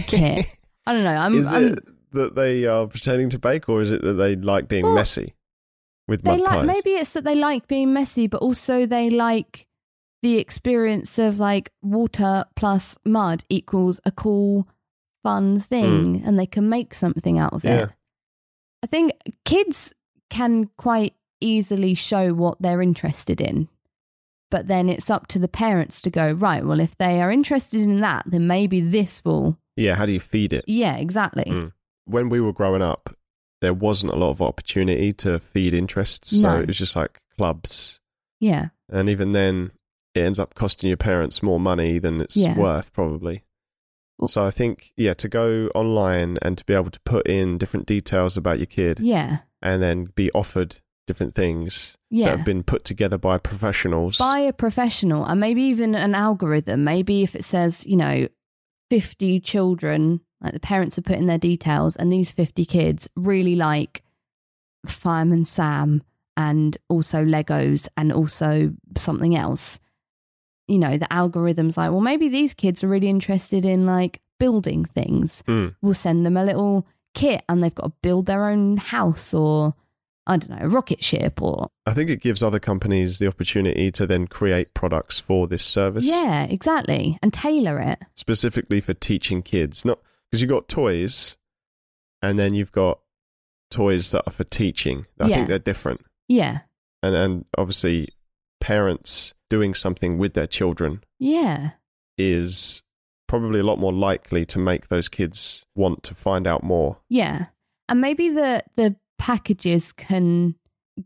B: kit. I don't know. I'm,
A: is
B: Um, I'm-
A: it that they are pretending to bake, or is it that they like being
B: Well,
A: messy with
B: they
A: mud
B: like
A: pies?
B: maybe it's that they like being messy, but also they like the experience of like water plus mud equals a cool, fun thing, and they can make something out of
A: Mm. Yeah.
B: it. I think kids can quite easily show what they're interested in. But then it's up to the parents to go, right, well, if they are interested in that, then maybe this will.
A: Yeah, how do you feed it?
B: Yeah, exactly.
A: Mm. When we were growing up, there wasn't a lot of opportunity to feed interests, so
B: No.
A: it was just like clubs,
B: Yeah.
A: and even then, it ends up costing your parents more money than it's
B: Yeah.
A: worth, probably.
B: Well-
A: So I think yeah, to go online and to be able to put in different details about your kid,
B: Yeah.
A: and then be offered different things
B: Yeah.
A: that have been put together by professionals.
B: by a professional and maybe even an algorithm maybe if it says you know 50 children like the parents are putting their details and these 50 kids really like fireman sam and also legos and also something else you know the algorithms like well maybe these kids are really interested in like building things
A: Mm.
B: we'll send them a little kit and they've got to build their own house or i don't know a rocket ship or
A: I think it gives other companies the opportunity to then create products for this service
B: yeah exactly and tailor it
A: specifically for teaching kids. Not because you've got toys and then you've got toys that are for teaching. I
B: Yeah.
A: think they're different.
B: Yeah.
A: And and obviously parents doing something with their children
B: Yeah.
A: is probably a lot more likely to make those kids want to find out more.
B: Yeah. And maybe the the packages can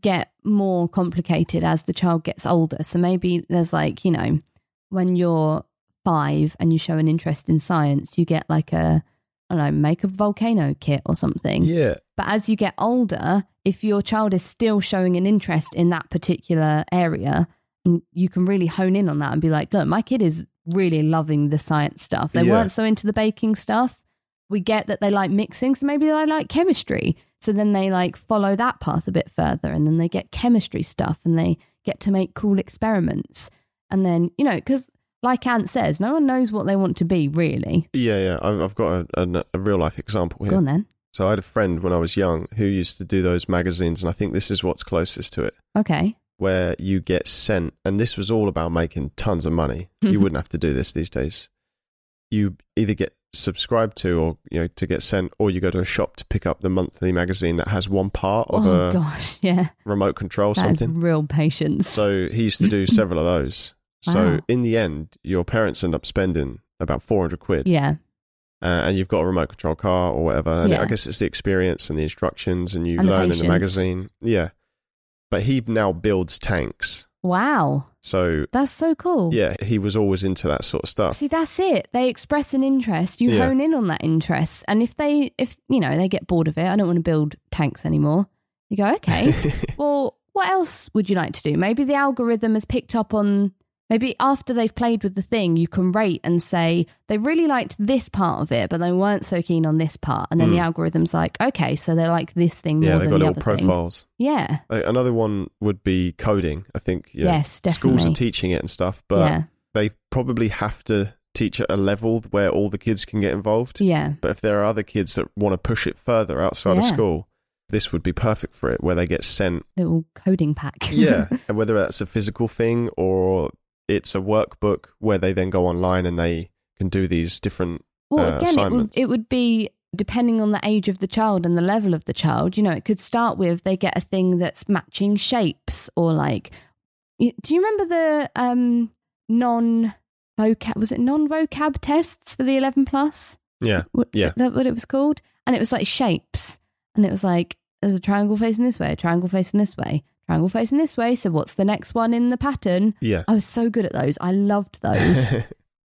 B: get more complicated as the child gets older. So maybe there's like, you know, when you're 5 and you show an interest in science, you get like a I don't know, make a volcano kit or something.
A: Yeah.
B: But as you get older, if your child is still showing an interest in that particular area, n- you can really hone in on that and be like, look, my kid is really loving the science stuff. They
A: Yeah.
B: weren't so into the baking stuff. We get that they like mixing, so maybe they like chemistry. So then they like follow that path a bit further and then they get chemistry stuff and they get to make cool experiments. And then, you know, because like Ant says, no one knows what they want to be really.
A: Yeah, yeah. I've, I've got a, a, a real life example
B: Go
A: here.
B: on then.
A: So I had a friend when I was young who used to do those magazines, and I think this is what's closest to it,
B: Okay.
A: where you get sent, and this was all about making tons of
B: <laughs>
A: money. you wouldn't have to do this these days. You either get subscribed to, or you know, to get sent, or you go to a shop to pick up the monthly magazine that has one part of
B: Oh,
A: a
B: gosh. <laughs> Yeah.
A: remote control
B: That is
A: something.
B: real patience.
A: So he used to
B: <laughs>
A: do several of those. So
B: Wow.
A: in the end, your parents end up spending about four hundred quid.
B: yeah.
A: uh, and you've got a remote control car or whatever. And
B: Yeah.
A: I guess it's the experience and the instructions, and you
B: And the
A: learn in the
B: patience.
A: magazine. Yeah. But he now builds tanks.
B: Wow.
A: So,
B: That's so cool.
A: yeah, he was always into that sort of stuff.
B: See, that's it. They express an interest. You
A: Yeah.
B: hone in on that interest. And if they, if, you know, they get bored of it, I don't want to build tanks anymore. You go,
A: <laughs>
B: okay, well, what else would you like to do? Maybe the algorithm has picked up on, maybe after they've played with the thing, you can rate and say, they really liked this part of it, but they weren't so keen on this part. And then the
A: Mm.
B: algorithm's like, okay, so they like this thing more
A: yeah, they've got
B: than the
A: little
B: other thing.
A: profiles.
B: Yeah.
A: Uh, Another one would be coding, I think. Yeah.
B: Yes,
A: Schools
B: definitely.
A: are teaching it and stuff, but
B: yeah.
A: they probably have to teach at a level where all the kids can get involved.
B: Yeah.
A: But if there are other kids that want to push it further outside of
B: Yeah.
A: school, this would be perfect for it, where they get sent
B: <laughs> Little coding pack. <laughs>
A: yeah and whether that's a physical thing or it's a workbook where they then go online and they can do these different
B: Well,
A: uh,
B: again, it would,
A: assignments.
B: it would be depending on the age of the child and the level of the child. You know, it could start with they get a thing that's matching shapes or like. y- Do you remember the um, non vocab? Was it non vocab tests for the eleven plus?
A: yeah
B: What,
A: Yeah.
B: Is that what it was called? And it was like shapes, and it was like there's a triangle facing this way, a triangle facing this way, triangle facing this way. So what's the next one in the pattern?
A: yeah
B: I was so good at those. I loved those.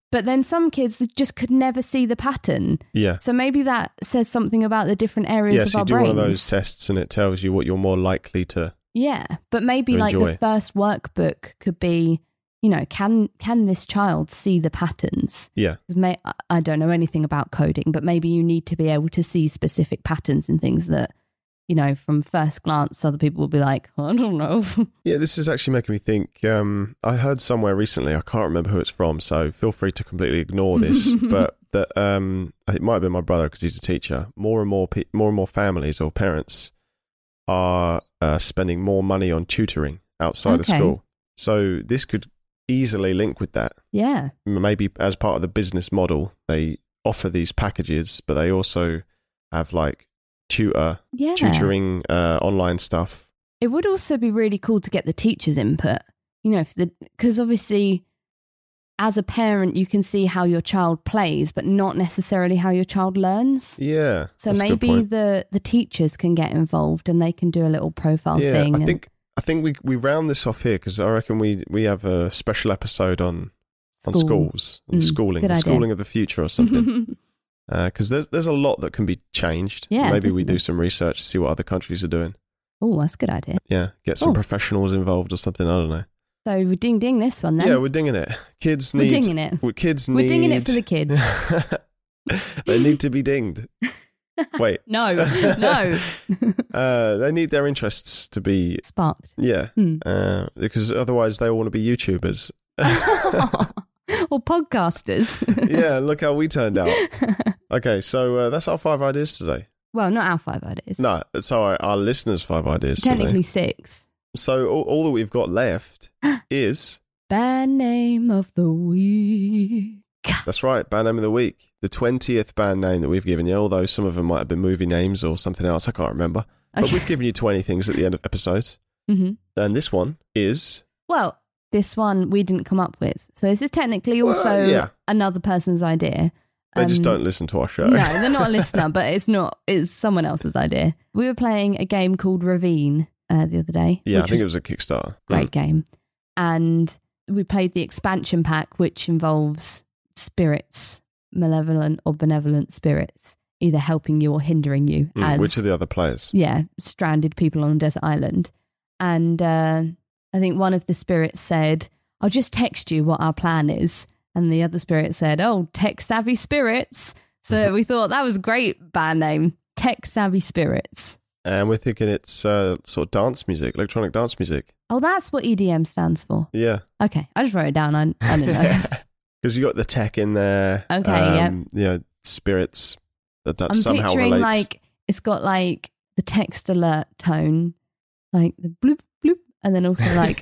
B: But then some kids just could never see the pattern.
A: <laughs> yeah
B: So maybe that says something about the different areas
A: yeah
B: of
A: so
B: our
A: you do
B: brains.
A: one of those tests and it tells you what you're more likely to
B: yeah, but maybe
A: to
B: like
A: enjoy.
B: the first workbook could be, you know, can can this child see the patterns?
A: yeah
B: 'Cause May, I- I don't know anything about coding, but maybe you need to be able to see specific patterns and things that, you know, from first glance, other people will be like, I don't know. <laughs>
A: yeah this is actually making me think um, i heard somewhere recently i can't remember who it's from so feel free to completely ignore <laughs> this but that um, it might have been my brother because he's a teacher more and more pe- more and more families or parents are uh, spending more money on tutoring outside
B: Okay.
A: of school so this could easily link with that
B: yeah,
A: maybe as part of the business model they offer these packages but they also have like tutor
B: yeah.
A: tutoring uh, online stuff
B: It would also be really cool to get the teacher's input. You know, if the because obviously, as a parent, you can see how your child plays, but not necessarily how your child learns.
A: yeah
B: So
A: that's a good point.
B: maybe the the teachers can get involved and they can do a little profile thing.
A: I
B: and-
A: think I think we we round this off here because I reckon we we have a special episode on on
B: School.
A: schools and
B: Mm,
A: schooling,
B: good
A: the
B: idea.
A: schooling of the future or
B: <laughs>
A: something. Because there's there's a lot that can be changed.
B: Yeah,
A: maybe we
B: definitely.
A: do some research to see what other countries are doing.
B: oh, that's a good idea.
A: Yeah, get some
B: Cool.
A: professionals involved or something. I don't know.
B: So we're ding ding this one then.
A: Yeah, we're dinging it. Kids
B: we're
A: need.
B: dinging it.
A: well, Kids
B: We're dinging it for the
A: need-
B: kids.
A: <laughs> they need to be
B: <laughs>
A: dinged. Wait, <laughs>
B: No, no.
A: uh, they need their interests to be.
B: Sparked.
A: <laughs>
B: <laughs>
A: Yeah,
B: Hmm.
A: uh, because otherwise they all want to be
B: <laughs>
A: YouTubers.
B: or podcasters. <laughs>
A: yeah, look how we turned out. Okay, so uh, that's our five ideas today.
B: well, not our five ideas.
A: No, it's our, our listeners' five ideas today.
B: Technically six.
A: So all, all that we've got
B: <gasps>
A: left is
B: Bad name of the week.
A: that's right, band name of the week, the twentieth band name that we've given you. Although some of them might have been movie names or something else, I can't remember. But
B: Okay.
A: we've given you twenty things at the end of episodes,
B: hmm
A: and this one is
B: Well, this one we didn't come up with. So this is technically
A: Well,
B: also
A: yeah.
B: another person's idea.
A: they just
B: Um,
A: don't listen to our show.
B: No, they're not a listener, but it's not. It's someone else's idea. We were playing a game called Ravine uh, the other day.
A: <laughs> yeah, I
B: which
A: think it
B: was
A: was a Kickstarter.
B: a great game, and we played the expansion pack, which involves spirits, malevolent or benevolent spirits, either helping you or hindering you
A: Mm,
B: as
A: which are the other players?
B: yeah, stranded people on a desert island. And uh, I think one of the spirits said, I'll just text you what our plan is. And the other spirit said, Oh, tech savvy spirits.
A: <laughs>
B: So we thought that was a great band name, tech savvy spirits.
A: And we're thinking it's uh, sort of dance music, electronic dance music.
B: Oh, that's what EDM stands for. <laughs>
A: Yeah.
B: Okay, I just wrote it down. I, I
A: <laughs>
B: don't know.
A: Because you got the tech in there.
B: Okay,
A: yeah. You know, spirits that, that
B: I'm
A: somehow
B: picturing
A: relates.
B: like it's got like the text alert tone, like the bloop bloop, and then also
A: <laughs>
B: like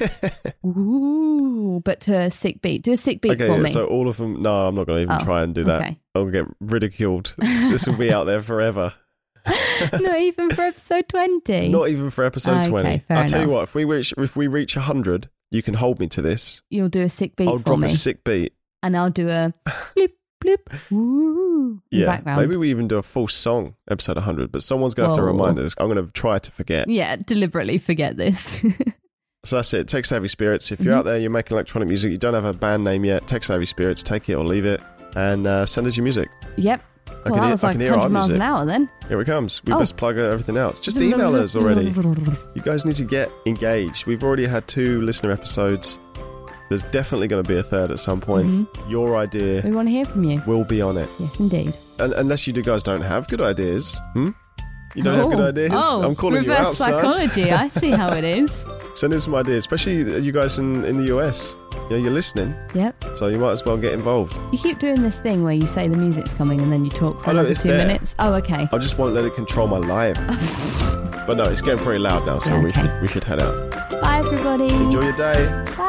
B: ooh, but to a sick beat. Do a sick beat
A: okay,
B: for
A: yeah,
B: me.
A: so all of them. No, I'm not going to even
B: Oh,
A: try and do that.
B: Okay.
A: I'll get
B: <laughs>
A: ridiculed. this will be out there forever.
B: Not even for episode 20.
A: Not even for episode
B: Okay,
A: 20.
B: fair
A: I'll tell you
B: enough.
A: what, if we reach if we reach 100, you can hold me to this.
B: You'll do a sick beat
A: I'll
B: for
A: drop
B: me,
A: a sick beat.
B: and I'll do a bloop bloop ooh in the
A: Yeah.
B: background.
A: Maybe we even do a full song episode 100, but someone's going to have to
B: Whoa.
A: remind us. I'm going to try to forget.
B: Yeah, deliberately forget this. <laughs>
A: So that's it. Tech Savvy Spirits. If you're
B: Mhm.
A: out there, you're making electronic music, you don't have a band name yet, Tech Savvy Spirits, take it or leave it and uh, send us your music.
B: yep.
A: I
B: well,
A: can
B: that
A: hear-
B: was
A: I
B: like
A: can hear our
B: 100 miles an
A: music.
B: hour then.
A: Here it comes. We
B: Oh.
A: must plug everything else. Just email us already.
B: We're
A: You guys need to get engaged. We've already had two listener episodes. There's definitely going to be a third at some point.
B: Mm-hmm.
A: Your idea
B: <laughs> We want to hear from you.
A: will be on it.
B: Yes, indeed.
A: Un unless you do guys don't have good ideas. Hmm? You don't have
B: Oh.
A: good ideas?
B: Oh,
A: I'm calling you
B: reverse
A: out, son. <laughs>
B: psychology. I see how it is.
A: Send in some ideas, especially you guys in, in the US. You know, you're listening,
B: Yep.
A: so you might as well get involved.
B: You keep doing this thing where you say the music's coming and then you talk for
A: Oh, no,
B: another
A: it's
B: two
A: there.
B: minutes. Oh, okay.
A: I just won't let it control my life. but no, it's getting pretty loud now, so
B: Yeah,
A: we
B: okay.
A: should we should head out.
B: Bye, everybody.
A: Oh. Enjoy your day.
B: Bye.